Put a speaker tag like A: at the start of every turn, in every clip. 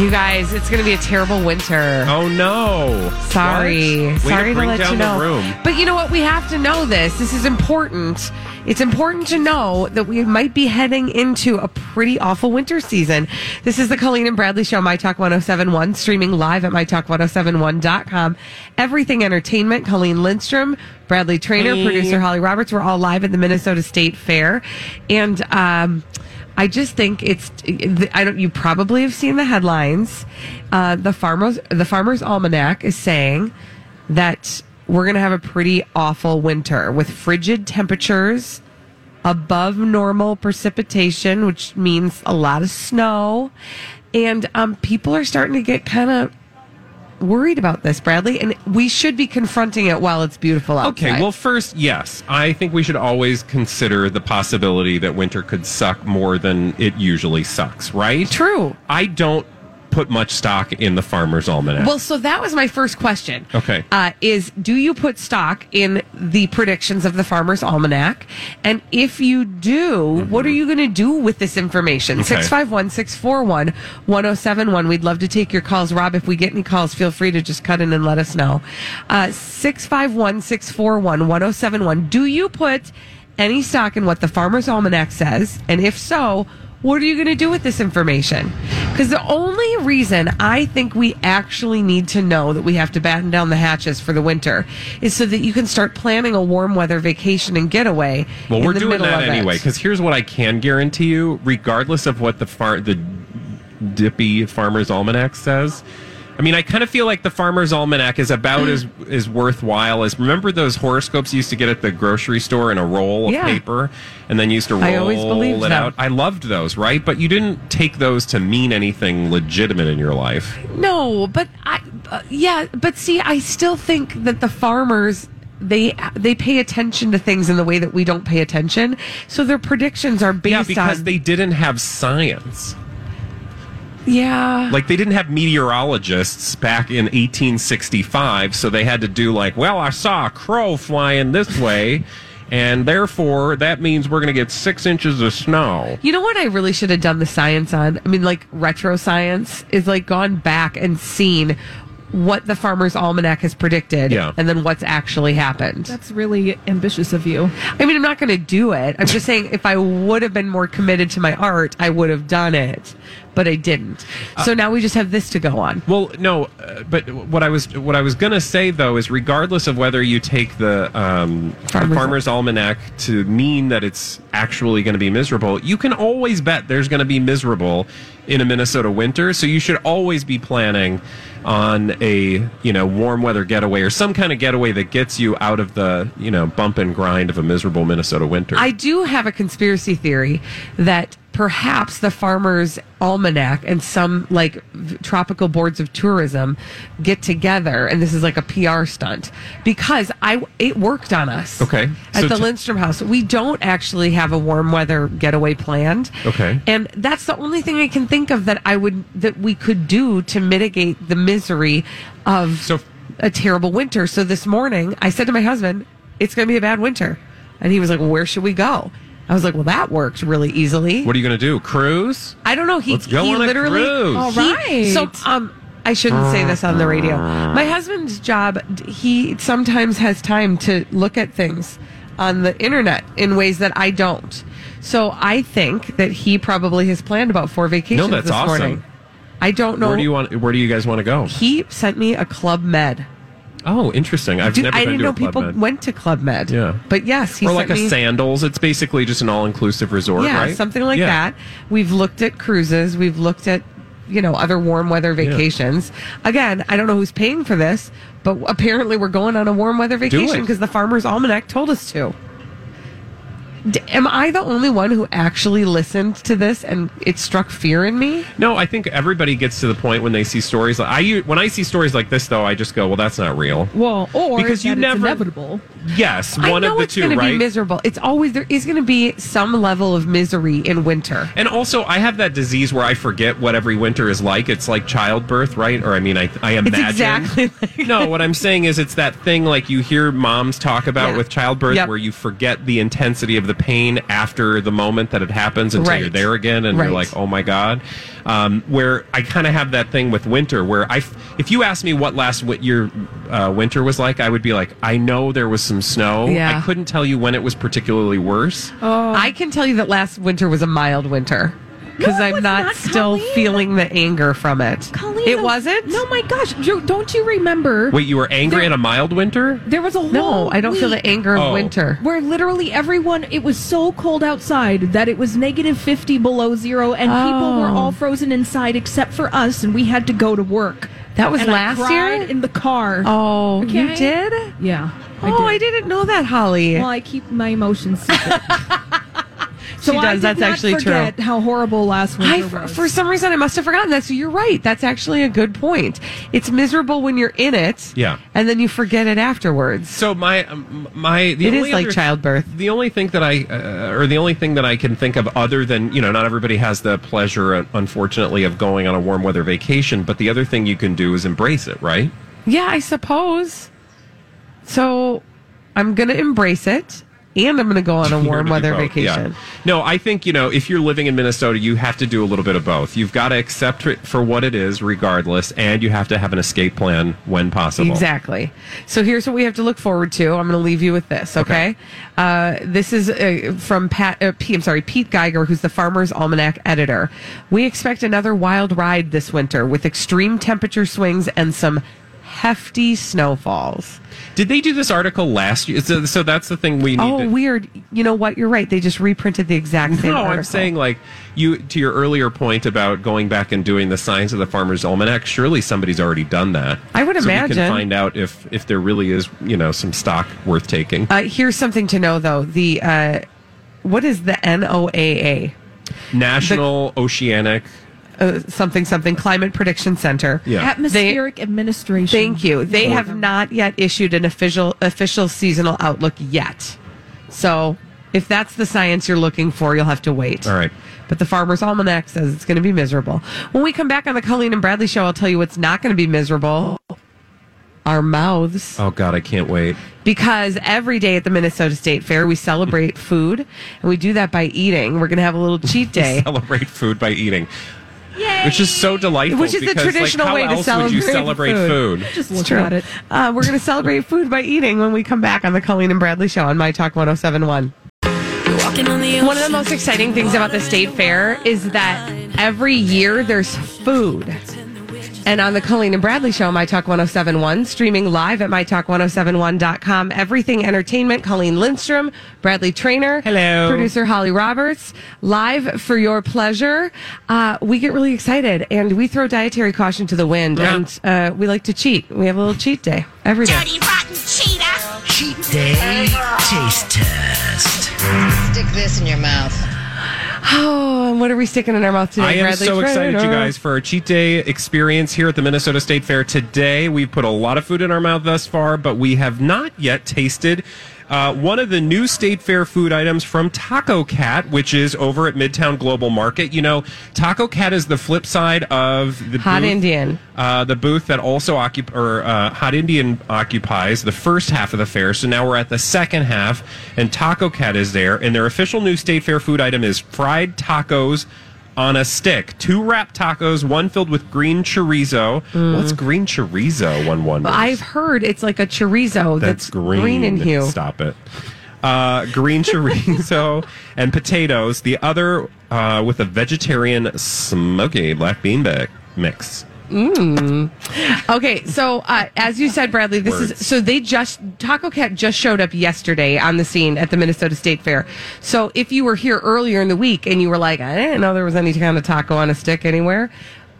A: You guys, it's going to be a terrible winter.
B: Oh no!
A: Sorry.
B: What? Way
A: Sorry
B: to
A: to,
B: bring
A: let
B: down
A: you know.
B: the room.
A: But you know what? We have to know this. This is important. It's important to know that we might be heading into a pretty awful winter season. This is the Colleen and Bradley Show, My Talk 1071, streaming live at MyTalk1071.com. Everything Entertainment, Colleen Lindstrom, Bradley Trainer, producer Holly Roberts. We're all live at the Minnesota State Fair. And, um, I just think it's. I don't. You probably have seen the headlines. Uh, the farmers, the Farmers Almanac is saying that we're going to have a pretty awful winter with frigid temperatures, above normal precipitation, which means a lot of snow, and um, people are starting to get kind of worried about this, Bradley. And we should be confronting it while it's beautiful outside.
B: Okay, well, first, yes, I think we should always consider the possibility that winter could suck more than it usually sucks, right?
A: true.
B: I don't put much stock in the Farmer's Almanac.
A: Well, so that was my first question.
B: Okay.
A: Uh, is do you put stock in the predictions of the Farmer's Almanac? And if you do, what are you going to do with this information?
B: Okay.
A: 651 641 1071. We'd love to take your calls. Rob, if we get any calls, feel free to just cut in and let us know. Uh, 651 641 1071. Do you put any stock in what the Farmer's Almanac says? And if so, what are you going to do with this information? Because the only reason I think we actually need to know that we have to batten down the hatches for the winter is so that you can start planning a warm weather vacation and getaway.
B: Well,
A: in
B: we're
A: the
B: doing
A: middle
B: that
A: of it.
B: anyway. Because here's what I can guarantee you: regardless of what the far the dippy Farmer's Almanac says, I mean, I kind of feel like the Farmer's Almanac is about as as worthwhile as remember those horoscopes you used to get at the grocery store in a roll of
A: Yeah.
B: paper, and then you used to roll
A: I always believed
B: it
A: them.
B: out. I loved those, right? But you didn't take those to mean anything legitimate in your life.
A: No, but I, uh, yeah, but see, I still think that the farmers they they pay attention to things in the way that we don't pay attention. So their predictions are based
B: Yeah, because
A: on
B: they didn't have science.
A: yeah.
B: like they didn't have meteorologists back in 1865 so they had to do like well i saw a crow flying this way and therefore that means we're going to get six inches of snow
A: You know what I really should have done the science on? I mean, like retro science is like gone back and seen what the Farmer's Almanac has predicted
B: Yeah.
A: and then what's actually happened.
C: That's really ambitious of you.
A: I mean, I'm not going to do it. I'm just saying if I would have been more committed to my art, I would have done it, but I didn't.
B: Uh,
A: So now we just have this to go on.
B: well no uh, but what i was what i was going to say though is regardless of whether you take the um,
A: Farmer's-
B: farmer's, farmer's almanac to mean that it's actually going to be miserable you can always bet there's going to be miserable in a minnesota winter so you should always be planning on a you know warm weather getaway or some kind of getaway that gets you out of the you know bump and grind of a miserable minnesota winter
A: I do have a conspiracy theory that perhaps the farmers almanac and some like v- tropical boards of tourism get together and this is like a PR stunt because I it worked on us.
B: Okay.
A: At
B: So
A: the
B: t-
A: Lindstrom house. We don't actually have a warm weather getaway planned.
B: Okay.
A: And that's the only thing I can think of that I would that we could do to mitigate the misery of
B: So-
A: a terrible winter. So this morning, I said to my husband, "It's going to be a bad winter," and he was like, "Where should we go?" I was like, "Well, that worked really easily."
B: what are you going to do cruise
A: I don't know. He,
B: Let's go
A: he
B: on a
A: literally.
B: cruise. All
A: he- So,
C: right.
A: um, I shouldn't say this on the radio. My husband's job, d- he sometimes has time to look at things on the internet in ways that I don't. So I think that he probably has planned about four vacations
B: that's
A: this
B: awesome.
A: morning. I don't know.
B: where do you want where do you guys want to go
A: he sent me a Club Med.
B: Oh, interesting. I've
A: Dude,
B: never
A: I
B: been
A: didn't
B: to
A: know
B: a Club
A: people
B: Med.
A: went to Club Med.
B: Yeah.
A: But yes, he
B: or
A: sent
B: like a
A: me,
B: sandals. It's basically just an all-inclusive resort,
A: Yeah,
B: right?
A: something like
B: Yeah.
A: that. We've looked at cruises. We've looked at, you know, other warm weather vacations. Again, I don't know who's paying for this, but apparently we're going on a warm weather vacation
B: it.
A: because the Farmer's Almanac told us to. D- am I the only one who actually listened to this and it struck fear in me?
B: No, I think everybody gets to the point when they see stories. Like, I u- when I see stories like this, though, I just go, "Well, that's not real."
C: Well, or
B: Because you
C: that it's
B: never-
C: inevitable.
B: Yes,
A: I
B: one
A: know
B: of the
A: it's
B: two,
A: gonna
B: right?
A: be miserable. It's always there is going to be some level of misery in winter.
B: And also, I have that disease where I forget what every winter is like. It's like childbirth, right? Or I mean, I I imagine.
A: exactly like-
B: no, what I'm saying is, it's that thing like you hear moms talk about
A: Yeah.
B: with childbirth,
A: Yep.
B: where you forget the intensity of the pain after the moment that it happens until
A: Right.
B: you're there again, and
A: Right.
B: you're like, oh my god. Um, where I kind of have that thing with winter, where I, f- if you asked me what last what your uh, winter was like, I would be like, I know there was some snow.
A: Yeah. Oh.
B: I couldn't tell you when it was particularly worse.
A: I can tell you that last winter was a mild winter because
C: Oh. No, it
A: I'm
C: was
A: not,
C: not,
A: still
C: Colleen.
A: feeling the anger from it.
C: Colleen,
A: it
C: the-
A: wasn't.
C: No, my gosh, Drew, don't you remember?
B: Wait, you were angry at a mild winter?
C: There was a whole
A: no, I don't feel the
C: week
A: anger of
B: Oh.
A: winter.
C: Where literally everyone, it was so cold outside that it was negative 50 below zero, and people were
A: Oh.
C: all frozen inside except for us, and we had to go to work.
A: That was
C: And I
A: last
C: cried
A: year?
C: in the car.
A: Oh, you
C: Okay.
A: did?
C: Yeah.
A: oh, I didn't know that, Holly.
C: Well, I keep my emotions secret. so
A: She
C: I
A: does.
C: did
A: That's
C: not
A: actually true.
C: forget How horrible last
A: I,
C: winter
A: for,
C: was.
A: for some reason, I must have forgotten that. So you're right. That's actually a good point. It's miserable when you're in it.
B: Yeah.
A: And then you forget it afterwards.
B: So my um, my the
A: It is
B: only
A: like
B: other-
A: childbirth.
B: The only thing that I uh, or the only thing that I can think of other than you know not everybody has the pleasure uh, unfortunately of going on a warm weather vacation, but the other thing you can do is embrace it, right?
A: Yeah, I suppose. So I'm going to embrace it and I'm going to go on a
B: You're
A: warm
B: gonna do
A: weather
B: both, yeah.
A: vacation.
B: No, I think you know if you're living in Minnesota, you have to do a little bit of both. You've got to accept it for what it is, regardless, and you have to have an escape plan when possible.
A: Exactly. So here's what we have to look forward to. I'm going to leave you with this. Okay. Uh, this is uh, from Pat. Uh, P, I'm sorry, Pete Geiger, who's the Farmer's Almanac editor. We expect another wild ride this winter with extreme temperature swings and some hefty snowfalls.
B: Did they do this article last year? So, so that's the thing we need.
A: Oh,
B: to-
A: weird. You know what? You're right. They just reprinted the exact same.
B: No, Oh, I'm
A: article.
B: saying like you to your earlier point about going back and doing the science of the farmer's almanac. Surely somebody's already done that.
A: I would
B: so We
A: imagine.
B: can find out if if there really is you know some stock worth taking.
A: Uh, here's something to know though. The uh, what is the NOAA?
B: National Oceanic.
A: Uh, something something Climate Prediction Center.
B: Yeah.
C: Atmospheric administration.
A: Thank you. They have not yet issued an official official seasonal outlook yet. So if that's the science you're looking for, you'll have to wait.
B: All right.
A: But the Farmer's Almanac says it's going to be miserable. When we come back on the Colleen and Bradley show, I'll tell you what's not going to be miserable. Our mouths.
B: Oh God, I can't wait.
A: Because every day at the Minnesota State Fair, we celebrate food, and we do that by eating. We're going to have a little cheat day.
B: Celebrate food by eating. Which is so delightful.
A: Which is the
B: because,
A: traditional
B: like, how
A: way to
B: else Would you
A: celebrate
B: celebrate
A: food.
B: food?
C: Just
A: It's
C: look
A: true.
C: at it.
A: Uh, we're going to celebrate food by eating when we come back on the Colleen and Bradley Show on My Talk 1071. One of the most exciting things about the state fair is that every year there's food. And on the Colleen and Bradley Show, My Talk 1071, streaming live at MyTalk1071.com. Everything Entertainment, Colleen Lindstrom, Bradley Trainer.
B: Hello.
A: Producer Holly Roberts, live for your pleasure. Uh, we get really excited and we throw dietary caution to the wind.
B: Yeah.
A: And uh, we like to cheat. We have a little cheat day every day.
D: Dirty rotten cheetah.
E: Cheat day taste test.
F: Stick this in your mouth.
A: Oh, and what are we sticking in our mouth today,
B: I am
A: Bradley
B: so excited, you
A: Traynor?
B: guys, for our cheat day experience here at the Minnesota State Fair today. We've put a lot of food in our mouth thus far, but we have not yet tasted uh, one of the new State Fair food items from Taco Cat, which is over at Midtown Global Market. You know, Taco Cat is the flip side of the
A: Hot
B: booth-
A: Indian.
B: uh, the booth that also occup- or uh, Hot Indian occupies the first half of the fair. So now we're at the second half, and Taco Cat is there, and their official new state fair food item is fried tacos on a stick. Two wrapped tacos, one filled with green chorizo. What's green chorizo? One wonders.
A: Mm. I've heard it's like a chorizo that's, green. in hue.
B: Stop it. Uh, green chorizo and potatoes. The other uh, with a vegetarian smoky black bean bag mix.
A: Okay, so uh, as you said, Bradley, this
B: Words.
A: is so they just Taco Cat just showed up yesterday on the scene at the Minnesota State Fair. So if you were here earlier in the week and you were like, I didn't know there was any kind of taco on a stick anywhere,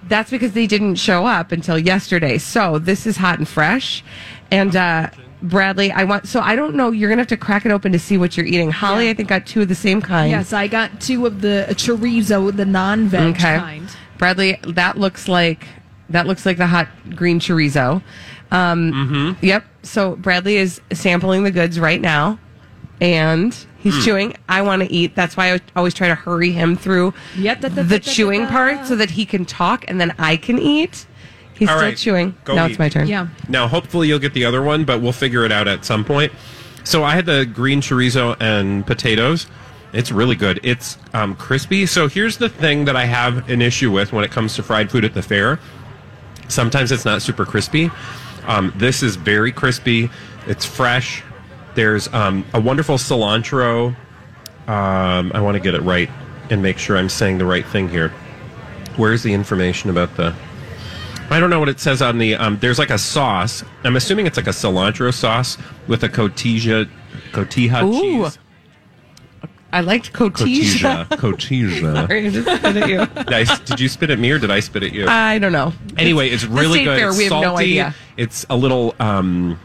A: that's because they didn't show up until yesterday. So this is hot and fresh, and. uh Bradley, I want so I don't know. You're gonna have to crack it open to see what you're eating. Holly, I think got two of the same kind.
C: Yes, I got two of the chorizo, the non-veg kind.
A: Bradley, that looks like that looks like the hot green chorizo. Um,
B: Mm-hmm.
A: Yep. So Bradley is sampling the goods right now, and
B: Hmm.
A: he's chewing. I want to eat. That's why I always try to hurry him through
C: Yep, da- da- da-
A: the
C: da-
A: chewing
C: da- da.
A: part so that he can talk and then I can eat. He's
B: All
A: still
B: right,
A: chewing.
B: go
A: now
B: eat.
A: it's my turn.
C: Yeah.
B: Now, hopefully, you'll get the other one, but we'll figure it out at some point. So, I had the green chorizo and potatoes. It's really good. It's um, crispy. So, here's the thing that I have an issue with when it comes to fried food at the fair sometimes it's not super crispy. Um, this is very crispy, it's fresh. There's um, a wonderful cilantro. Um, I want to get it right and make sure I'm saying the right thing here. Where's the information about the I don't know what it says on the. Um, there's like a sauce. I'm assuming it's like a cilantro sauce with a cotija, cotija
A: Ooh.
B: cheese.
A: I liked cotija.
B: Cotija, cotija.
A: Sorry, I just spit at you.
B: nice. Did you spit at me or did I spit at you?
A: I don't know.
B: anyway, it's
A: Uh, the
B: really
A: State
B: good.
A: Fair,
B: it's
A: we have no
B: salty.
A: idea.
B: It's a little. Um,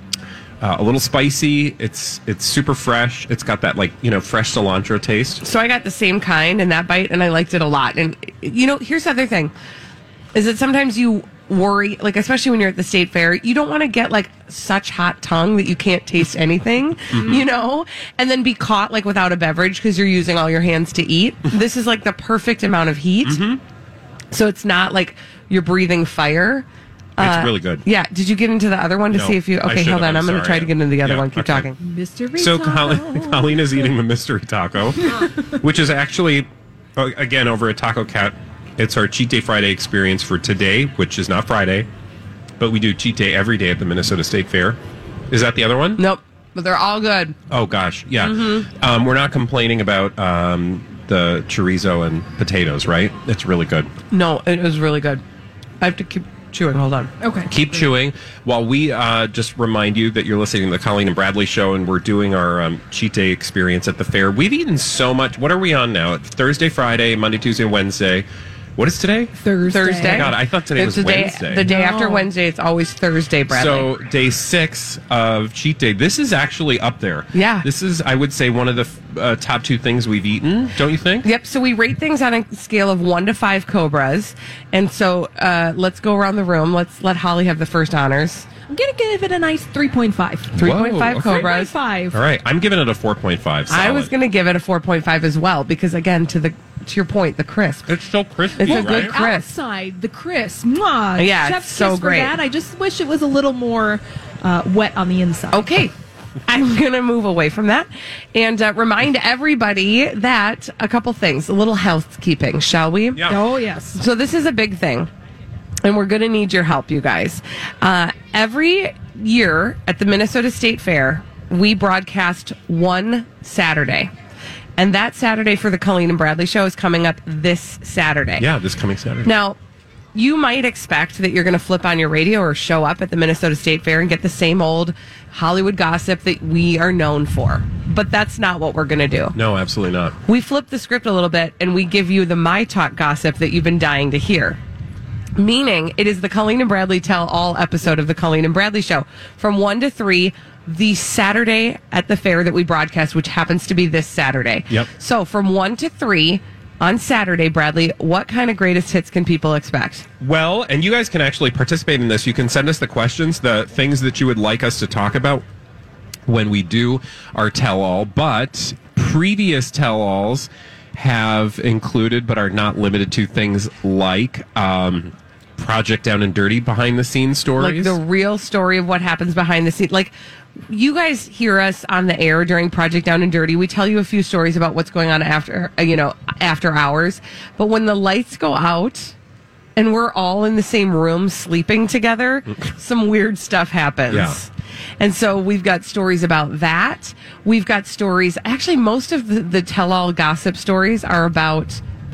B: uh, a little spicy. It's it's super fresh. It's got that like you know fresh cilantro taste.
A: So I got the same kind in that bite, and I liked it a lot. And you know, here's the other thing: is that sometimes you worry, like especially when you're at the state fair, you don't want to get like such hot tongue that you can't taste anything,
B: Mm-hmm.
A: you know, and then be caught like without a beverage because you're using all your hands to eat. this is like the perfect amount of heat,
B: Mm-hmm.
A: so it's not like you're breathing fire. Uh,
B: it's really good.
A: Yeah. Did you get into the other one to
B: No,
A: see if you?
B: I
A: Okay,
B: should've.
A: hold on.
B: I'm
A: I'm, going to try
B: sorry.
A: to get into the other
B: Yeah,
A: one. Keep
B: okay.
A: talking.
C: Mystery
B: So
C: taco. Ah.
B: Colleen, Colleen is eating the mystery taco, which is actually, uh, again, over at Taco Cat. It's our Cheat Day Friday experience for today, which is not Friday, but we do Cheat Day every day at the Minnesota State Fair. Is that the other one?
A: Nope. But they're all good.
B: Oh gosh, yeah. Um, we're not complaining about um, the chorizo and potatoes, right? It's really good.
A: No, it was really good. I have to keep chewing. Hold on.
C: Okay.
B: Keep chewing while we uh, just remind you that you're listening to the Colleen and Bradley show, and we're doing our um, cheat day experience at the fair. We've eaten so much. What are we on now? Thursday, Friday, Monday, Tuesday, Wednesday. What is today?
C: Thursday.
A: Thursday.
B: God, I thought today
A: It's
B: was
A: the day,
B: Wednesday.
A: The day
C: No.
A: after Wednesday, it's always Thursday, Bradley.
B: So day six of cheat day. This is actually up there.
A: Yeah.
B: this is I would say one of the f- uh, top two things we've eaten. Don't you think?
A: yep. So we rate things on a scale of one to five cobras, and so uh, let's go around the room. Let's let Holly have the first honors.
C: I'm going to give it a nice 3.5.
A: Three point five
B: okay.
A: cobras.
C: 3.5.
B: All right, I'm giving it a 4.5.
A: I was
B: solid.
A: going to give it a four point five as well because again, to the to your point, the crisp.
B: It's so crispy,
A: It's a
B: right?
A: good- Chris.
C: Outside the Chris. Mwah.
A: Yeah, it's
C: Chef's
A: so
C: kiss for
A: great.
C: that. I just wish it was a little more uh, wet on the inside.
A: Okay. I'm going to move away from that and uh, remind everybody that a couple things, a little housekeeping, shall we?
B: Yeah.
C: Oh, yes.
A: So this is a big thing, and we're going to need your help, you guys. Uh, every year at the Minnesota State Fair, we broadcast one Saturday, and that Saturday for the Colleen and Bradley Show is coming up this Saturday.
B: Yeah, this coming Saturday.
A: Now, you might expect that you're going to flip on your radio or show up at the Minnesota State Fair and get the same old Hollywood gossip that we are known for, but that's not what we're going to do.
B: No, absolutely not.
A: We flip the script a little bit and we give you the My Talk gossip that you've been dying to hear. Meaning, it is the Colleen and Bradley Tell All episode of the Colleen and Bradley Show from 1 to 3, the Saturday at the fair that we broadcast, which happens to be this Saturday.
B: Yep.
A: So from 1 to 3 on Saturday, Bradley, what kind of greatest hits can people expect?
B: Well, and you guys can actually participate in this. You can send us the questions, the things that you would like us to talk about when we do our tell all, but previous tell alls have included but are not limited to things like um, Project Down and Dirty behind the scenes
A: Like
B: stories.
A: the real story of what happens behind the scenes. Like, you guys hear us on the air during Project Down and Dirty. We tell you a few stories about what's going on after, uh, you know, after hours. But when the lights go out and we're all in the same room sleeping together, some weird stuff happens.
B: Yeah.
A: And so we've got stories about that. We've got stories. Actually, most of the, the tell all gossip stories are about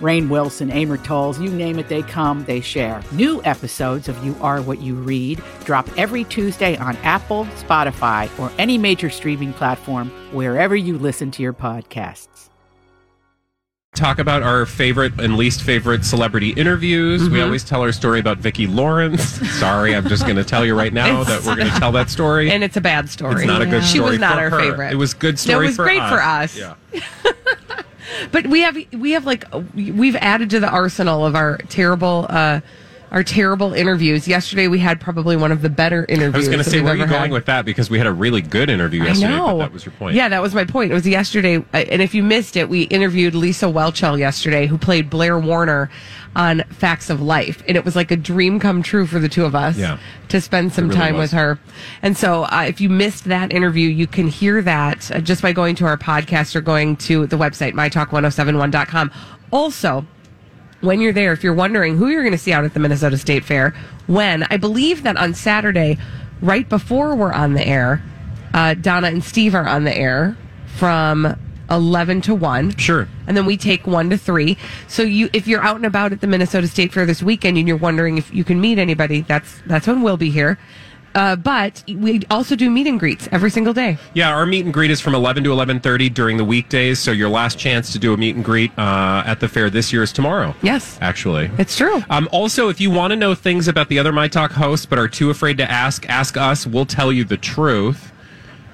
G: Rain Wilson, Amor Tolls, you name it, they come, they share. New episodes of You Are What You Read drop every Tuesday on Apple, Spotify, or any major streaming platform wherever you listen to your podcasts.
B: talk about our favorite and least favorite celebrity interviews.
A: Mm-hmm.
B: We always tell our story about Vicki Lawrence. Sorry, I'm just going to tell you right now that we're going to tell that story.
A: and it's a bad story.
B: it's not a good story.
A: She was not
B: for
A: our
B: her.
A: favorite.
B: It was good
A: No,
B: story.
A: it was great for us.
B: Yeah.
A: But we have we have like we've added to the arsenal of our terrible uh our terrible interviews. Yesterday we had probably one of the better interviews.
B: I was going to
A: that
B: say,
A: we've
B: where are you
A: ever
B: going
A: had.
B: with that? Because we had a really good interview
A: I
B: yesterday.
A: know
B: But that was your point.
A: Yeah, that was my point. It was yesterday, uh, and if you missed it, we interviewed Lisa Welchel yesterday, who played Blair Warner on Facts of Life, and it was like a dream come true for the two of us
B: Yeah.
A: to spend some
B: really
A: time
B: was.
A: with her. And so, uh, if you missed that interview, you can hear that uh, just by going to our podcast or going to the website mytalk1071.com. Also, when you're there, if you're wondering who you're going to see out at the Minnesota State Fair, when I believe that on Saturday, right before we're on the air, uh, Donna and Steve are on the air from eleven to one.
B: Sure.
A: And then we take one to three. So you, if you're out and about at the Minnesota State Fair this weekend and you're wondering if you can meet anybody, that's that's when we'll be here. Uh, but we also do meet and greets every single day.
B: Yeah, our meet and greet is from 11 to 11:30 during the weekdays. So your last chance to do a meet and greet uh, at the fair this year is tomorrow.
A: Yes.
B: actually,
A: It's true.
B: Um, also, if you want to know things about the other My Talk hosts but are too afraid to ask, ask us. We'll tell you the truth.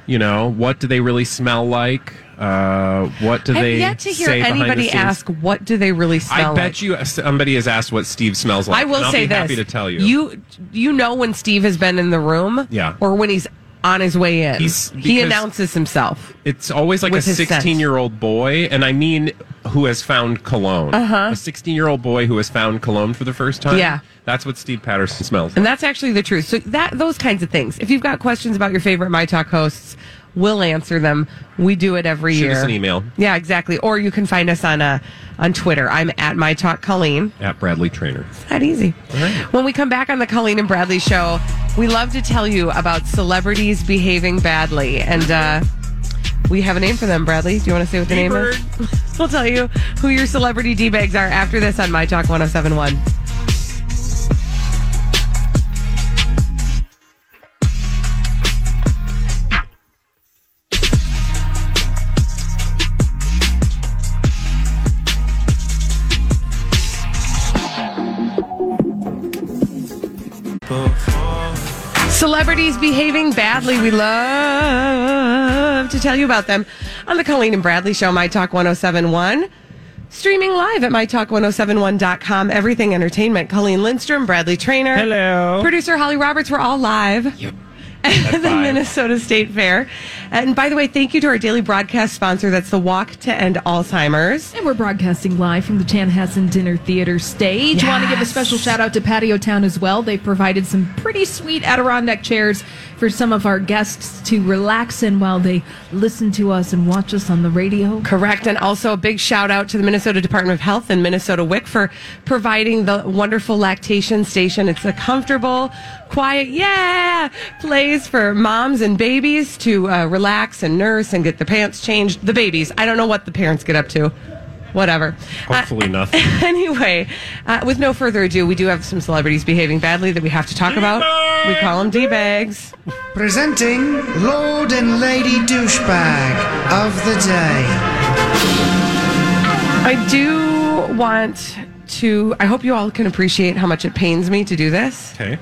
B: You know, what do they really smell like? Uh, what do
A: I've
B: they
A: yet to hear
B: say behind the
A: anybody
B: scenes?
A: ask what do they really smell
B: I bet
A: like?
B: you somebody has asked what Steve smells like.
A: I will
B: and I'll
A: say
B: be
A: this.
B: Happy to tell you.
A: You you know when Steve has been in the room,
B: Yeah.
A: or when he's on his way in.
B: He's-
A: he
B: because-
A: announces himself.
B: It's always like a
A: With his scent.
B: 16 year old boy, and I mean who has found cologne. Uh-huh. A 16 year old boy who has found cologne for the first time.
A: Yeah.
B: That's what Steve Patterson smells.
A: And that's actually the truth. So that those kinds of things. If you've got questions about your favorite My Talk hosts, we'll answer them. We do it every
B: Shoot
A: year.
B: us an email.
A: Yeah, exactly. Or you can find us on uh, on Twitter. I'm at My Talk Colleen.
B: At Bradley Trainer.
A: that easy. When we come back on the Colleen and Bradley show, we love to tell you about celebrities behaving badly. And uh, we have a name for them, Bradley. Do you want to say what the name is? we'll tell you who your celebrity D bags are after this on My Talk 1071. Celebrities behaving badly. We love to tell you about them on the Colleen and Bradley Show, My Talk 1071. Streaming live at mytalk1071.com. Everything Entertainment. Colleen Lindstrom, Bradley Trainer.
B: Hello.
A: Producer Holly Roberts. We're all live. Yep. At the
B: five.
A: Minnesota State Fair. And by the way, thank you to our daily broadcast sponsor. That's the Walk to End Alzheimer's.
C: And we're broadcasting live from the Chanhassen Dinner Theater stage. Want to give a special shout out to Patio Town as well. They've provided some pretty sweet Adirondack chairs for some of our guests to relax in while they listen to us and watch us on the radio.
A: Correct. And also a big shout out to the Minnesota Department of Health and Minnesota WIC for providing the wonderful lactation station. It's a comfortable, quiet, yeah, place for moms and babies to uh, relax and nurse and get their pants changed. The babies. I don't know what the parents get up to. Whatever.
B: Hopefully nothing.
A: Anyway, uh, with no further ado, we do have some celebrities behaving badly that we have to talk about. We call them D bags.
E: Presenting Lord and Lady Douchebag of the Day.
A: I do want to, I hope you all can appreciate how much it pains me to do this.
B: Okay.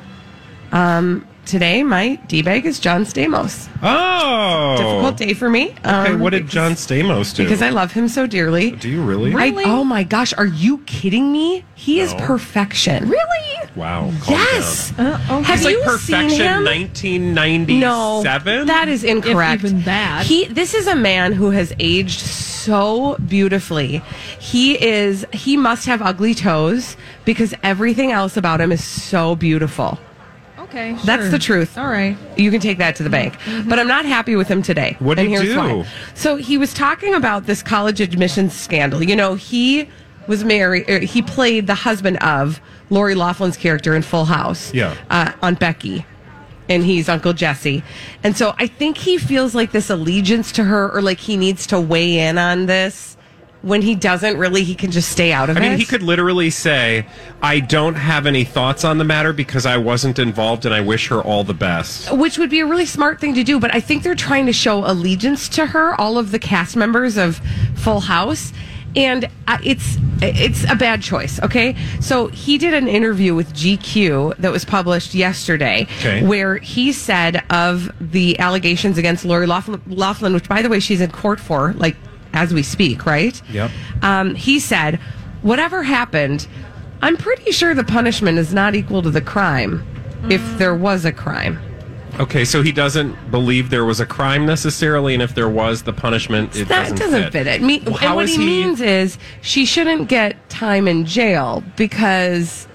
A: today my D bag is John Stamos.
B: Oh,
A: Difficult day for me.
B: Okay,
A: um,
B: what did
A: because-
B: John Stamos do?
A: Because I love him so dearly.
B: do you really?
A: I-
C: Really?
A: oh my gosh, are you kidding me? He is
B: No.
A: perfection.
C: Really? Uh,
B: wow. calm
A: Yes.
B: down.
A: Have
B: It's like
A: you
B: perfection.
A: seen him?
B: 1997.
A: No, that is incorrect.
C: even that.
A: He, this is a man who has aged so beautifully. He is. He must have ugly toes because everything else about him is so beautiful.
C: Okay.
A: That's
C: sure.
A: the truth.
C: All right. Mm-hmm.
A: You can take that to the bank. But I'm not happy with him today.
B: What'd
A: and
B: he
A: here's
B: do?
A: why. So he was talking about this college admissions scandal. You know, he was married, er, he played the husband of Lori Laughlin's character in Full House.
B: Yeah.
A: Uh, Aunt Becky. And he's Uncle Jesse. And so I think he feels like this allegiance to her or like he needs to weigh in on this. When he doesn't really, he can just stay out of
B: I
A: it.
B: mean, he could literally say, "I don't have any thoughts on the matter because I wasn't involved, and I wish her all the best."
A: which would be a really smart thing to do but i think they're trying to show allegiance to her all of the cast members of full house and uh, it's it's a bad choice okay so he did an interview with gq that was published yesterday
B: Okay.
A: where he said of the allegations against lori Laughlin, Laughlin which by the way she's in court for like as we speak right
B: Yep.
A: um, he said whatever happened i'm pretty sure the punishment is not equal to the crime if there was a crime
B: Okay, so he doesn't believe there was a crime necessarily, and if there was, the punishment it
A: that
B: doesn't,
A: doesn't fit it. Me-
B: Well,
A: and
B: how
A: what he,
B: is
A: means is she shouldn't get time in jail because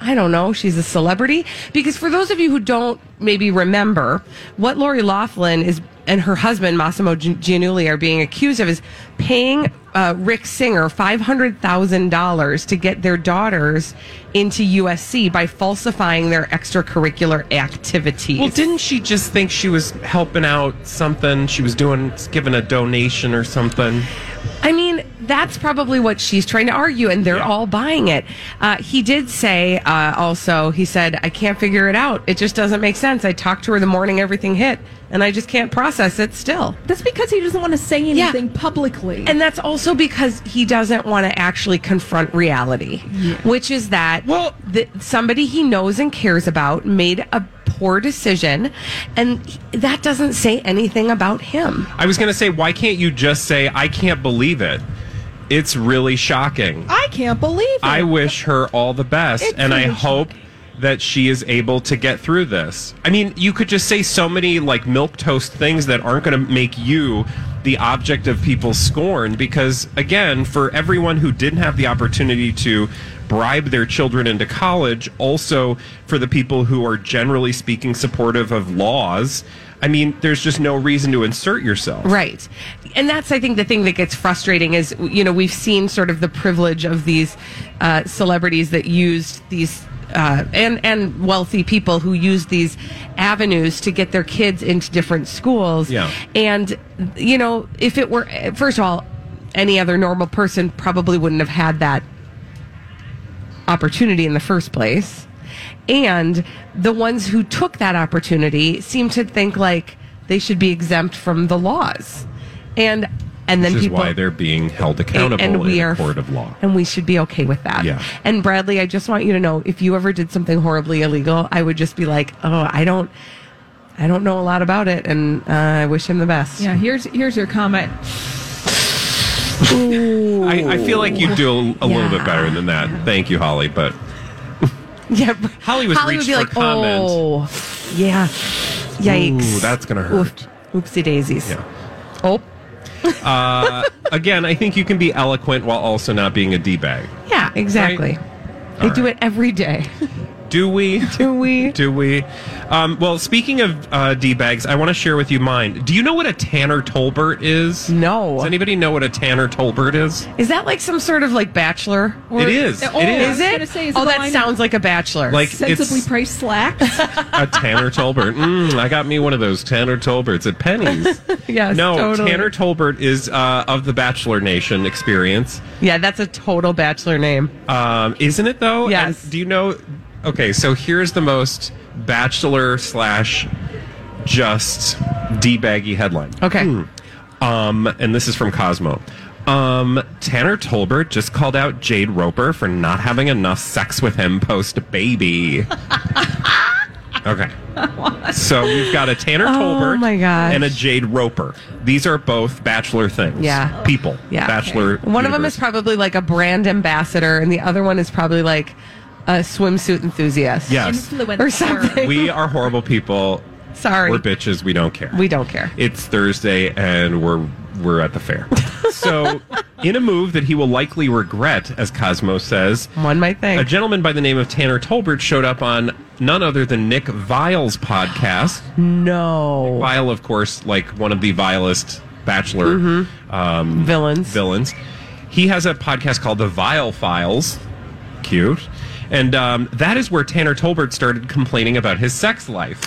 A: I don't know, she's a celebrity. Because for those of you who don't maybe remember, what Lori Laughlin is and her husband Massimo Gi- Gianulli are being accused of is paying uh, Rick Singer five hundred thousand dollars to get their daughters into USC by falsifying their extracurricular activities.
B: Well, didn't she just think she was helping out something? She was doing, giving a donation or something.
A: I mean, that's probably what she's trying to argue, and they're
B: Yeah.
A: all buying it. Uh, he did say uh, also, he said, I can't figure it out. It just doesn't make sense. I talked to her the morning everything hit, and I just can't process it still.
C: That's because he doesn't want to say
A: Yeah.
C: anything publicly.
A: And that's also because he doesn't want to actually confront reality, which is that
B: Well-
A: th- somebody he knows and cares about made a poor decision, and he- that doesn't say anything about him.
B: I was going to say, why can't you just say, "I can't believe it"? It's really shocking.
C: I can't believe it.
B: I wish her all the best,
C: It's
B: and I
C: really
B: hope
C: shocking.
B: that she is able to get through this. I mean, you could just say so many like milk toast things that aren't going to make you the object of people's scorn because again, for everyone who didn't have the opportunity to bribe their children into college, also for the people who are generally speaking supportive of laws, I mean, there's just no reason to insert yourself.
A: Right. And that's, I think, the thing that gets frustrating is, you know, we've seen sort of the privilege of these uh, celebrities that used these. Uh, and and wealthy people who use these avenues to get their kids into different schools.
B: Yeah.
A: And you know, if it were first of all, any other normal person probably wouldn't have had that opportunity in the first place. And the ones who took that opportunity seem to think like they should be exempt from the laws. And and then
B: Which is
A: people
B: why they're being held accountable in a court of law.
A: and we should be okay with that.
B: Yeah.
A: And Bradley, I just want you to know if you ever did something horribly illegal, I would just be like, "Oh, I don't I don't know a lot about it and uh, I wish him the best."
C: yeah, here's here's your comment.
B: I, I feel like you do a, a little bit
C: Yeah.
B: better than that. Thank you, Holly. But
A: Yeah.
B: Holly was
A: Holly would
B: reached
A: be
B: for
A: like,
B: comment.
A: "Oh, yeah. Yikes.
B: Ooh, that's gonna
A: Oof.
B: hurt.
A: Oopsie daisies."
B: Yeah.
A: Oh.
B: again, I think you can be eloquent while also not being a d bag.
A: Yeah, exactly. I
B: All
A: do
B: right.
A: it every day.
B: Do we?
A: Do we?
B: Do we? Um, well, speaking of uh, d bags, I want to share with you mine. Do you know what a Tanner Tolbert is?
A: No.
B: Does anybody know what a Tanner Tolbert is?
A: Is that like some sort of like bachelor? Or
B: it is.
C: oh,
B: it
C: I
B: is.
C: was
A: it?
C: gonna say, is
A: oh,
C: it the
A: that
C: line-
A: sounds like a bachelor.
B: Like
C: Sensibly
B: it's
C: priced slacks.
B: a Tanner Tolbert. Mm, I got me one of those Tanner Tolberts at Penny's.
A: yes,
B: no,
A: totally.
B: Tanner Tolbert is uh, of the Bachelor Nation experience.
A: Yeah, that's a total bachelor name.
B: Um, isn't it though?
A: Yes.
B: And do you know? Okay, so here's the most bachelor slash just d baggy headline.
A: Okay.
B: Um, and this is from Cosmo. Um, Tanner Tolbert just called out Jade Roper for not having enough sex with him post baby. Okay. so we've got a Tanner
A: Oh
B: Tolbert
A: my gosh.
B: and a Jade Roper. These are both Bachelor things.
A: Yeah.
B: People.
A: Yeah.
B: Bachelor.
A: One of them
B: universe.
A: is probably like a brand ambassador, and the other one is probably like a swimsuit enthusiast.
B: Yes.
C: Influencer.
A: Or something.
B: we are horrible people.
A: Sorry.
B: We're bitches. We don't care.
A: We don't care.
B: It's Thursday and we're we're at the fair. so, in a move that he will likely regret, as Cosmo says,
A: One might think.
B: a gentleman by the name of Tanner Tolbert showed up on none other than Nick Vile's podcast.
A: Mm-hmm. no.
B: Vile, of course, like one of the vilest Bachelor
A: Mm-hmm.
B: um,
A: Villains.
B: villains. He has a podcast called The Vile Files. Cute. And um, that is where Tanner Tolbert started complaining about his sex life.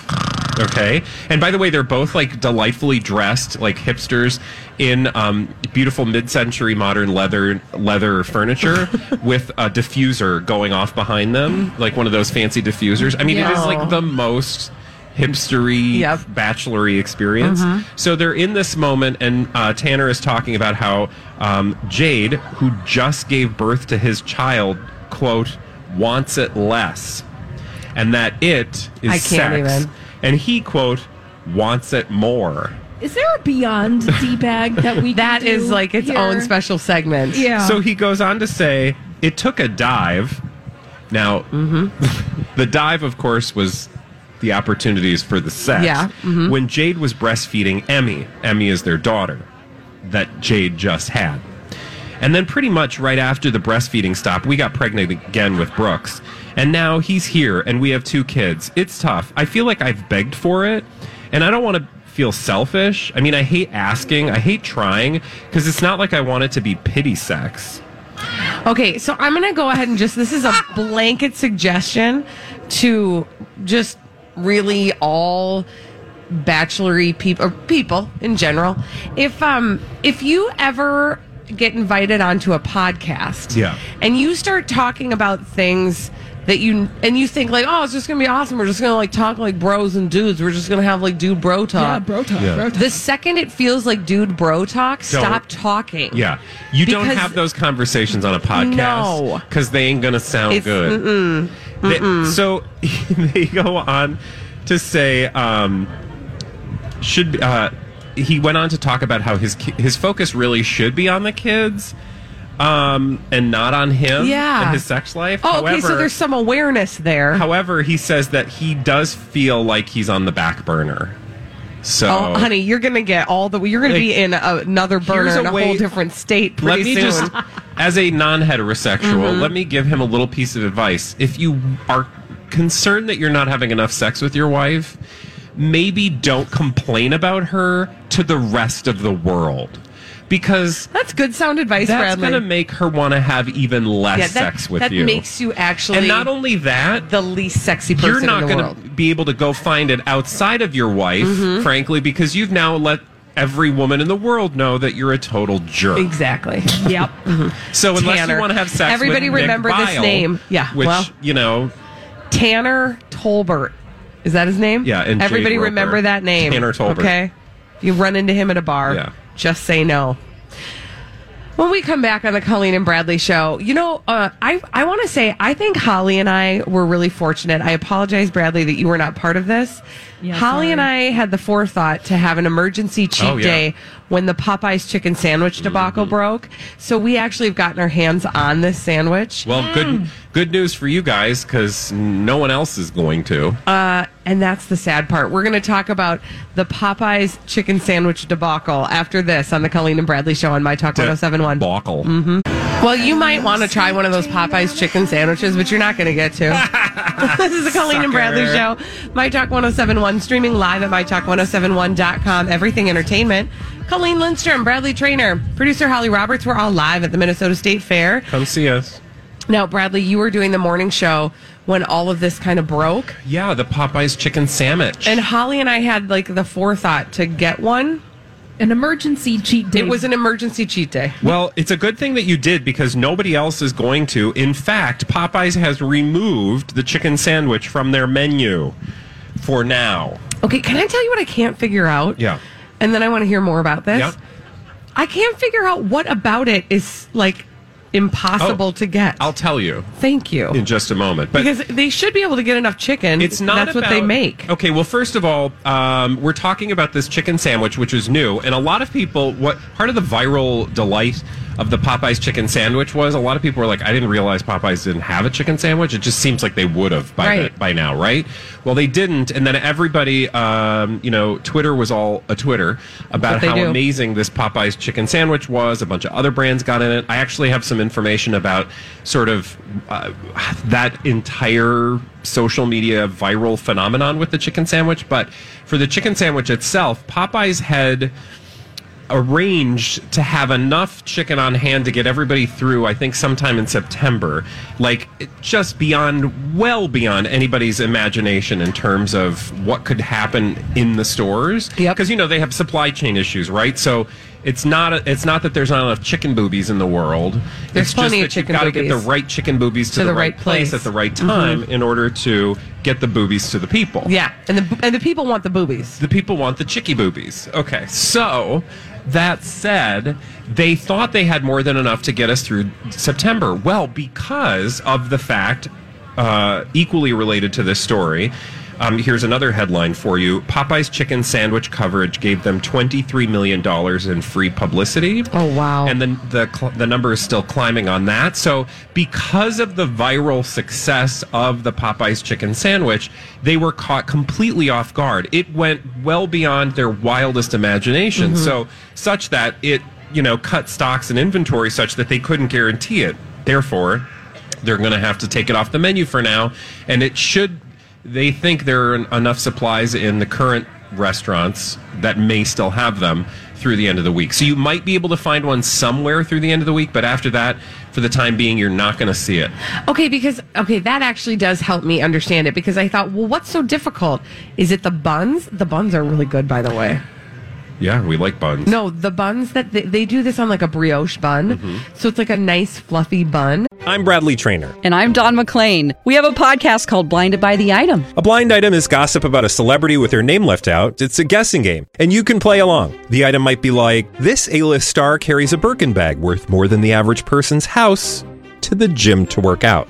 B: Okay. And by the way, they're both like delightfully dressed, like hipsters, in um, beautiful mid-century modern leather leather furniture with a diffuser going off behind them, like one of those fancy diffusers. I mean, it is like the most hipstery
A: Yep. Mm-hmm.
B: bachelory experience. So they're in this moment, and uh, Tanner is talking about how um, Jade, who just gave birth to his child, quote, wants it less, and that it is
A: I can't
B: sex,
A: even.
B: and he quote wants it more.
C: Is there a beyond d bag that we?
A: That
C: can do
A: is like its
C: here?
A: own special segment.
C: Yeah.
B: So he goes on to say, it took a dive. Now, the dive, of course, was the opportunities for the sex.
A: Yeah,
B: When Jade was breastfeeding Emmy, Emmy is their daughter that Jade just had. And then, pretty much right after the breastfeeding stop, we got pregnant again with Brooks. And now he's here, and we have two kids. It's tough. I feel like I've begged for it, and I don't want to feel selfish. I mean, I hate asking, I hate trying, because it's not like I want it to be pity sex.
A: Okay, so I'm going to go ahead and just this is a blanket suggestion to just really all bachelory people or people in general. If um if you ever get invited onto a podcast
B: Yeah.
A: and you start talking about things that you and you think like oh it's just gonna be awesome we're just gonna like talk like bros and dudes we're just gonna have like dude bro
C: yeah,
A: talk
C: bro talk.
B: Yeah.
C: Bro talk.
A: the second it feels like dude bro talk stop talking
B: Yeah. You don't
A: Because-
B: have those conversations on a
A: No.
B: podcast because they ain't going to sound
A: It's-
B: good. They- so they go on to say, um, should uh, he went on to talk about how his ki- his focus really should be on the kids um, and not on him
A: Yeah.
B: and his sex life.
A: oh okay so there's some awareness there
B: however, he says that he does feel like he's on the back burner. So,
A: Oh, honey, you're gonna get all the. You're gonna be in a, another burner
B: a
A: in a
B: way-
A: whole different state
B: let
A: pretty
B: me
A: soon. Mm-hmm.
B: just as a non-heterosexual let me give him a little piece of advice if you are concerned that you're not having enough sex with your wife maybe don't complain about her to the rest of the world because
A: that's good sound advice,
B: that's
A: Bradley.
B: going to make her want to have even less
A: yeah, that,
B: sex with
A: that
B: you
A: makes you actually
B: and not only that
A: the least sexy person
B: you're not
A: in the
B: going
A: world. Mm-hmm.
B: to be able to go find it outside of your wife frankly because you've now let every woman in the world know that you're a total jerk
A: Exactly.
C: Yep.
B: so unless
A: Tanner.
B: you want to have sex,
A: Everybody
B: with Nick
A: remember this
B: Vile,
A: name. Yeah,
B: Which
A: well-
B: you know,
A: Tanner Tolbert. Is that his name?
B: Yeah, and Jade
A: Everybody
B: Roper.
A: remember that name.
B: Tanner Tolbert.
A: Okay. You run into him at a bar.
B: Yeah.
A: Just say no. When we come back on the Colleen and Bradley show, you know, uh, I I want to say I think Holly and I were really fortunate. I apologize, Bradley, that you were not part of this.
C: Yeah,
A: Holly
C: sorry.
A: and I had the forethought to have an emergency cheat
B: Oh, yeah. Mm-hmm.
A: day when the Popeyes chicken sandwich debacle broke. So we actually have gotten our hands on this sandwich.
B: well,
A: Mm.
B: good good news for you guys because no one else is going to.
A: Uh, And that's the sad part. We're going to talk about the Popeyes chicken sandwich debacle after this on the Colleen and Bradley show on My Talk 1071.
B: Buckle.
A: mm-hmm. Well, you might want to try one of those Popeyes chicken sandwiches, but you're not going to get to. this is the Colleen and Bradley show.
B: Sucker.
A: My Talk 1071, streaming live at MyTalk1071.com. Everything Entertainment. Colleen Lindstrom, Bradley Trainer, producer Holly Roberts. We're all live at the Minnesota State Fair.
B: Come see us.
A: Now, Bradley, you were doing the morning show when all of this kind of broke.
B: Yeah, the Popeyes chicken sandwich.
A: And Holly and I had like the forethought to get one.
C: An emergency cheat day.
B: Hmm.
A: It was an emergency cheat day.
B: well, it's a good thing that you did because nobody else is going to. In fact, Popeyes has removed the chicken sandwich from their menu for now.
A: Okay, can I tell you what I can't figure out?
B: Yeah.
A: And then I want to hear more about this.
B: Yep.
A: I can't figure out what about it is like impossible
B: Oh,
A: to get.
B: I'll tell you
A: Thank you.
B: in just a moment. But
A: because they should be able to get enough chicken.
B: It's not.
A: That's what
B: about- Oh.
A: they make.
B: Okay. Well, first of all, um, we're talking about this chicken sandwich, which is new, and a lot of people. What part of the viral delight of the Popeyes chicken sandwich was? A lot of people were like, "I didn't realize Popeyes didn't have a chicken sandwich." It just seems like they would have by
A: Right.
B: the- by now, right? Well, they didn't, and then everybody, um, you know, Twitter was all a Twitter
A: what
B: about
A: they
B: how
A: do.
B: amazing amazing this Popeyes chicken sandwich was. A bunch of other brands got in it. I actually have some information about sort of uh, that entire social media viral phenomenon with the chicken sandwich. But for the chicken sandwich itself, Popeyes had arranged to have enough chicken on hand to get everybody through i think sometime in september like it- just beyond well beyond anybody's imagination in terms of what could happen in the stores
A: Yep.
B: because you know they have supply chain issues right so it's not it's not that there's not enough chicken boobies in the world
A: There's
B: it's
A: plenty of
B: just that
A: chicken
B: you've got to get the
A: boobies.
B: right chicken boobies to, the, right place. at the right time in order to get the boobies to the people
A: Mm-hmm. Yeah, and the and the people want the boobies.
B: the people want the chicky boobies. Okay, so that said, they thought they had more than enough to get us through September. Well, because of the fact, uh, equally related to this story, um, here's another headline for you Popeye's chicken sandwich coverage gave them $23 million in free publicity.
A: Oh, wow.
B: And the, the, cl- the number is still climbing on that. So, because of the viral success of the Popeye's chicken sandwich, they were caught completely off guard. It went well beyond their wildest imagination. So, such that it, you know, cut stocks and inventory such that they couldn't guarantee it. Therefore, they're going to have to take it off the menu for now. And it should, they think there are en- enough supplies in the current restaurants that may still have them through the end of the week. So you might be able to find one somewhere through the end of the week, but after that, for the time being, you're not going to see it.
A: Okay, because okay, that actually does help me understand it because I thought, well, what's so difficult? Is it the buns? The buns are really good, by the way.
B: Yeah, we like buns.
A: No, the buns that they, they do this on like a brioche bun,
B: Mm-hmm.
A: so it's like a nice fluffy bun.
H: I'm Bradley Trainer.
I: And I'm Don McClain. We have a podcast called Blinded by the Item.
H: A blind item is gossip about a celebrity with their name left out. It's a guessing game, and you can play along. The item might be like this: A-list star carries a Birkin bag worth more than the average person's house to the gym to work out.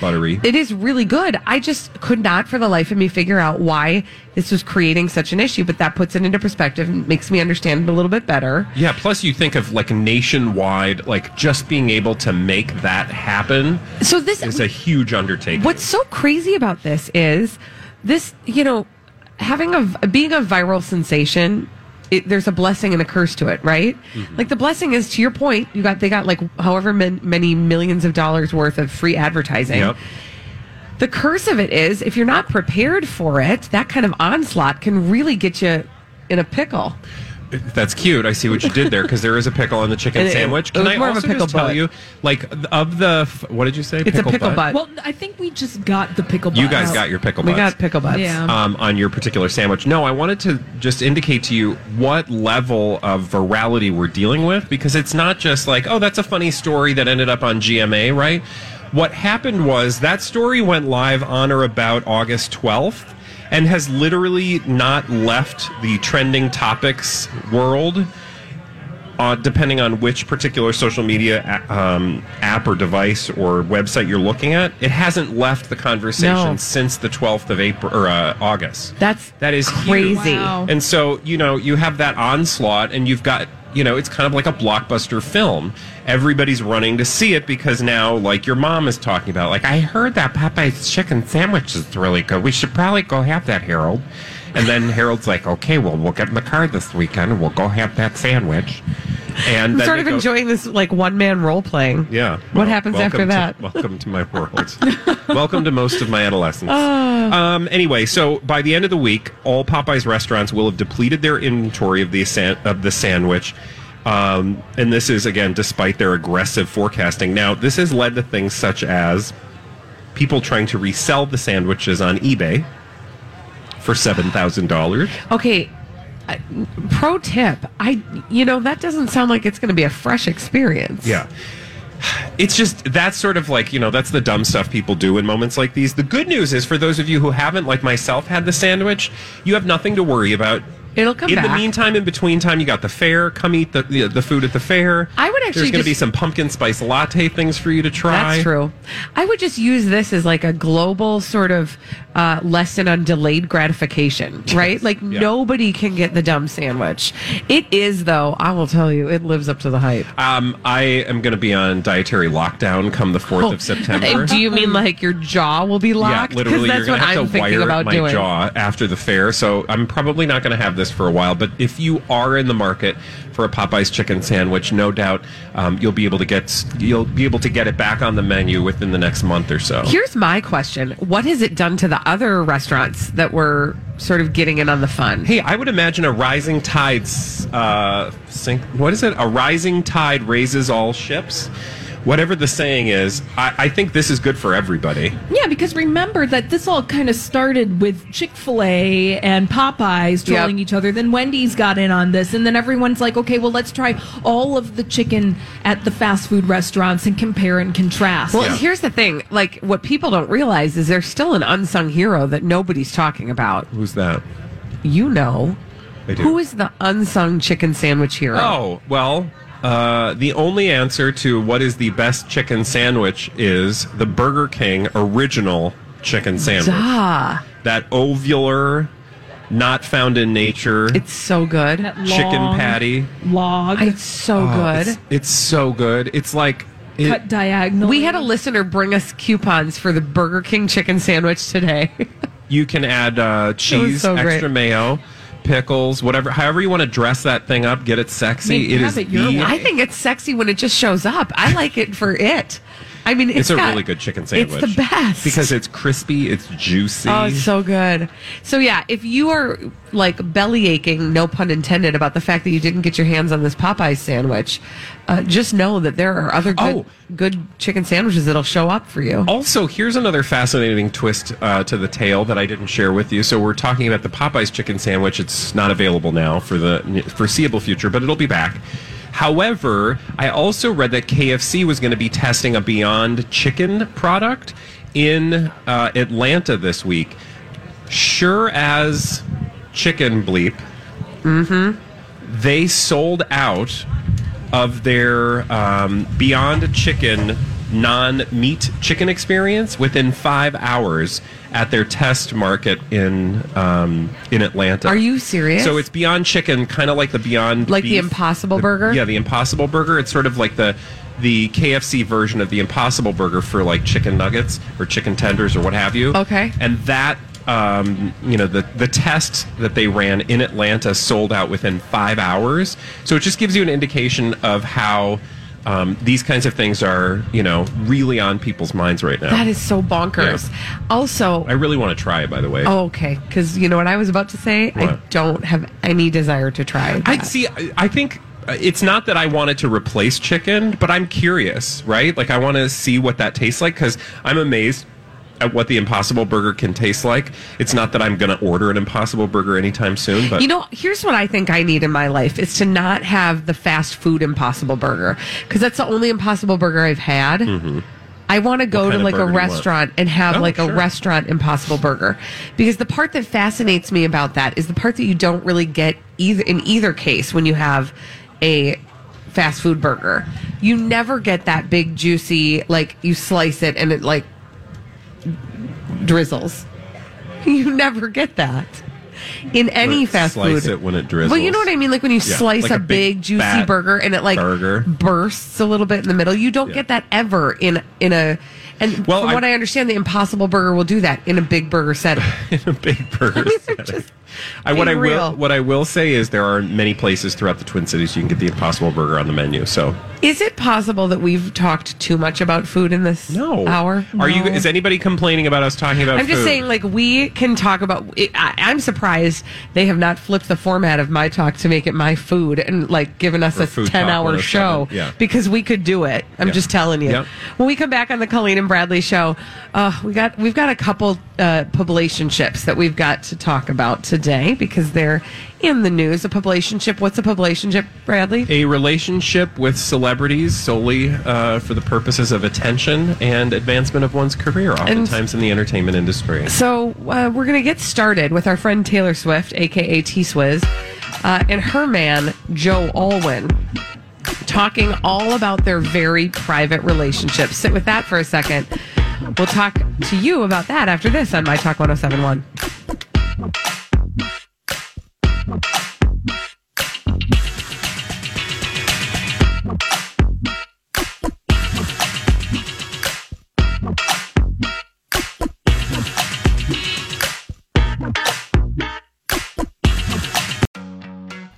B: Buttery.
A: It is really good. I just could not for the life of me figure out why this was creating such an issue, but that puts it into perspective and makes me understand it a little bit better.
B: Yeah, plus you think of like nationwide, like just being able to make that happen
A: So this
B: is a huge undertaking.
A: What's so crazy about this is this, you know, having a being a viral sensation. It, there's a blessing and a curse to it, right?
B: Mm-hmm.
A: Like the blessing is to your point. You got they got like however min, many millions of dollars worth of free advertising.
B: Yep.
A: The curse of it is if you're not prepared for it, that kind of onslaught can really get you in a pickle.
B: That's cute. I see what you did there because there is a pickle on the chicken
A: It- it-
B: sandwich.
A: it
B: Can
A: was
B: I
A: more of a
B: also
A: pickle
B: just tell
A: butt.
B: you, like, of the f- what did you say?
A: It's a pickle butt.
C: Well, I think we just got the pickle.
B: You
C: bus.
B: guys got your pickle
A: we
B: butts.
A: got pickle butts.
C: Yeah.
B: um, on your particular sandwich. No, I wanted to just indicate to you what level of virality we're dealing with because it's not just like, oh, that's a funny story that ended up on GMA, right? What happened was that story went live on or about August 12th and has literally not left the trending topics world uh, depending on which particular social media a- um, app or device or website you're looking at, it hasn't left the conversation
A: No.
B: since the 12th of April or uh, August.
A: That's
B: that is huge.
A: crazy.
C: Wow.
B: And so, you know, you have that onslaught and you've got, you know, it's kind of like a blockbuster film. Everybody's running to see it because now, like your mom is talking about, like, I heard that Popeye's chicken sandwich is really good. We should probably go have that, Harold. And then Harold's like, okay, well, we'll get in the car this weekend and we'll go have that sandwich. And
A: I'm
B: then
A: sort
B: they
A: of
B: go-
A: enjoying this like one man role playing.
B: yeah.
A: What
B: Well,
A: happens
B: welcome
A: after
B: to-
A: that?
B: welcome to my world. welcome to most of my adolescence.
A: Ah.
B: Um, anyway, so by the end of the week, all Popeyes restaurants will have depleted their inventory of the san- of the sandwich. Um, and this is again despite their aggressive forecasting. Now, this has led to things such as people trying to resell the sandwiches on eBay for seven thousand dollars.
A: Okay. uh, pro tip, I you know that doesn't sound like it's going to be a fresh experience.
B: Yeah. It's just that's sort of like, you know, that's the dumb stuff people do in moments like these. The good news is for those of you who haven't, like myself, had the sandwich, you have nothing to worry about.
A: It'll come
B: in the
A: back.
B: meantime, in between time, you got the fair. Come eat the the, the food at the fair.
A: I would actually
B: There's going to be
A: just-
B: some pumpkin spice latte things for you to try.
A: That's true. I would just use this as like a global sort of uh, lesson on delayed gratification, right? Like
B: Yeah.
A: nobody can get the dumb sandwich. It is though. I will tell you, it lives up to the hype.
B: Um, I am going to be on dietary lockdown come the fourth of September.
A: Oh, Do you mean like your jaw will be locked?
B: Yeah, literally, you're
A: that's
B: going
A: what
B: to
A: I'm
B: have to
A: thinking
B: wire
A: about
B: my
A: doing.
B: jaw after the fair. So I'm probably not going to have this for a while. But if you are in the market for a Popeyes chicken sandwich, no doubt um, you'll be able to get you'll be able to get it back on the menu within the next month or so.
A: Here's my question: What has it done to the other restaurants that were sort of getting in on the fun?
B: Hey, I would imagine a rising tide s- uh, sink. What is it? A rising tide raises all ships. Whatever the saying is, I, I think this is good for everybody.
C: Yeah, because remember that this all kind of started with Chick fil A and Popeyes trolling each other. Then Wendy's got in on this. And then everyone's like, okay, well, let's try all of the chicken at the fast food restaurants and compare and contrast.
A: Well, and here's the thing: like what people don't realize is there's still an unsung hero that nobody's talking about.
B: Who's that?
A: You know,
B: I do.
A: who is the unsung chicken sandwich hero?
B: Oh, well, uh, the only answer to what is the best chicken sandwich is the Burger King original chicken sandwich.
A: Duh.
B: That ovular, not found in nature
A: It's so good.
B: chicken patty.
C: Log.
A: It's so
B: Oh,
A: good.
B: It's, it's so good. It's like. it-
C: Cut diagonal.
A: we had a listener bring us coupons for the Burger King chicken sandwich today.
B: you can add uh, cheese,
A: so great.
B: extra mayo, pickles, whatever. However you want to dress that thing up, get it sexy.
C: Make-
B: it
C: have
B: is
C: it your
B: the-
C: way.
A: I think it's sexy when it just shows up. I like it for it. I mean,
B: It's,
A: it's,
B: a
A: got-
B: really good chicken sandwich.
A: It's the best
B: because it's crispy, it's juicy.
A: Oh, it's so good. So yeah, if you are like belly aching, no pun intended, about the fact that you didn't get your hands on this Popeye sandwich, uh, just know that there are other good,
B: Oh.
A: good chicken sandwiches that'll show up for you.
B: Also, here's another fascinating twist uh, to the tale that I didn't share with you. So we're talking about the Popeyes chicken sandwich. It's not available now for the foreseeable future, but it'll be back. However, I also read that KFC was going to be testing a Beyond Chicken product in uh, Atlanta this week. Sure as chicken bleep,
A: Mm-hmm.
B: they sold out of their um, Beyond Chicken non meat chicken experience within five hours at their test market in um, in Atlanta.
A: Are you serious?
B: So it's Beyond Chicken, kind of like the Beyond,
A: Like the
B: Beef-
A: Impossible
B: the-
A: Burger?
B: Yeah, the Impossible Burger. It's sort of like the the KFC version of the Impossible Burger for like chicken nuggets or chicken tenders or what have you.
A: Okay.
B: And that, um, you know, the, the test that they ran in Atlanta sold out within five hours. So it just gives you an indication of how um, these kinds of things are, you know, really on people's minds right now.
A: that is so bonkers. Also,
B: I really want to try it, by the way.
A: oh, okay, because you know what I was about to say. I
B: What?
A: don't have any desire to try.
B: I
A: that.
B: see. I I think uh, it's not that I wanted to replace chicken, but I'm curious, right? Like I want to see what that tastes like because I'm amazed at what the Impossible Burger can taste like. It's not that I'm going to order an Impossible Burger anytime soon, but
A: You know, here's what I think I need in my life is to not have the fast food impossible burger because that's the only impossible burger I've had. I want to go
B: Mm-hmm. kind
A: to
B: of
A: like a
B: burger do you want?
A: restaurant and have
B: Oh,
A: like a
B: sure.
A: restaurant impossible burger because the part that fascinates me about that is the part that you don't really get either in either case when you have a fast food burger. You never get that big juicy like you slice it and it like drizzles. You never get that in any
B: But
A: fast
B: slice
A: food.
B: it when it drizzles.
A: Well, you know what I mean. Like when you
B: Yeah,
A: slice
B: like
A: a,
B: a
A: big,
B: big,
A: juicy
B: fat
A: burger and it like
B: burger.
A: bursts a little bit in the middle. You don't get that ever in in a. And
B: Well,
A: from
B: I-
A: what I understand, the Impossible Burger will do that in a big burger setting.
B: a big burger. setting. I, what I
A: being
B: will
A: real.
B: what I will say is there are many places throughout the Twin Cities you can get the Impossible Burger on the menu. So
A: Is it possible that we've talked too much about food in this
B: no
A: hour?
B: Are you?
A: No.
B: Is anybody complaining about us talking about?
A: I'm just
B: food?
A: saying, like we can talk about. It, I, I'm surprised they have not flipped the format of my talk to make it my food and like given us
B: Or
A: a
B: Food Talk
A: 10 hour
B: 107,
A: show
B: yeah.
A: because we could do it. I'm
B: Yeah.
A: just telling you.
B: Yep.
A: When we come back on the Colleen and Bradley show, uh, we got we've got a couple uh, publicationships that we've got to talk about today. today because they're in the news. A publicationship. What's a publicationship, Bradley?
J: a relationship with celebrities solely uh, for the purposes of attention and advancement of one's career, oftentimes in the entertainment industry.
A: So uh, we're going to get started with our friend Taylor Swift, aka T Swizz, uh, and her man Joe Alwyn, talking all about their very private relationship. Sit with that for a second. We'll talk to you about that after this on My Talk 1071.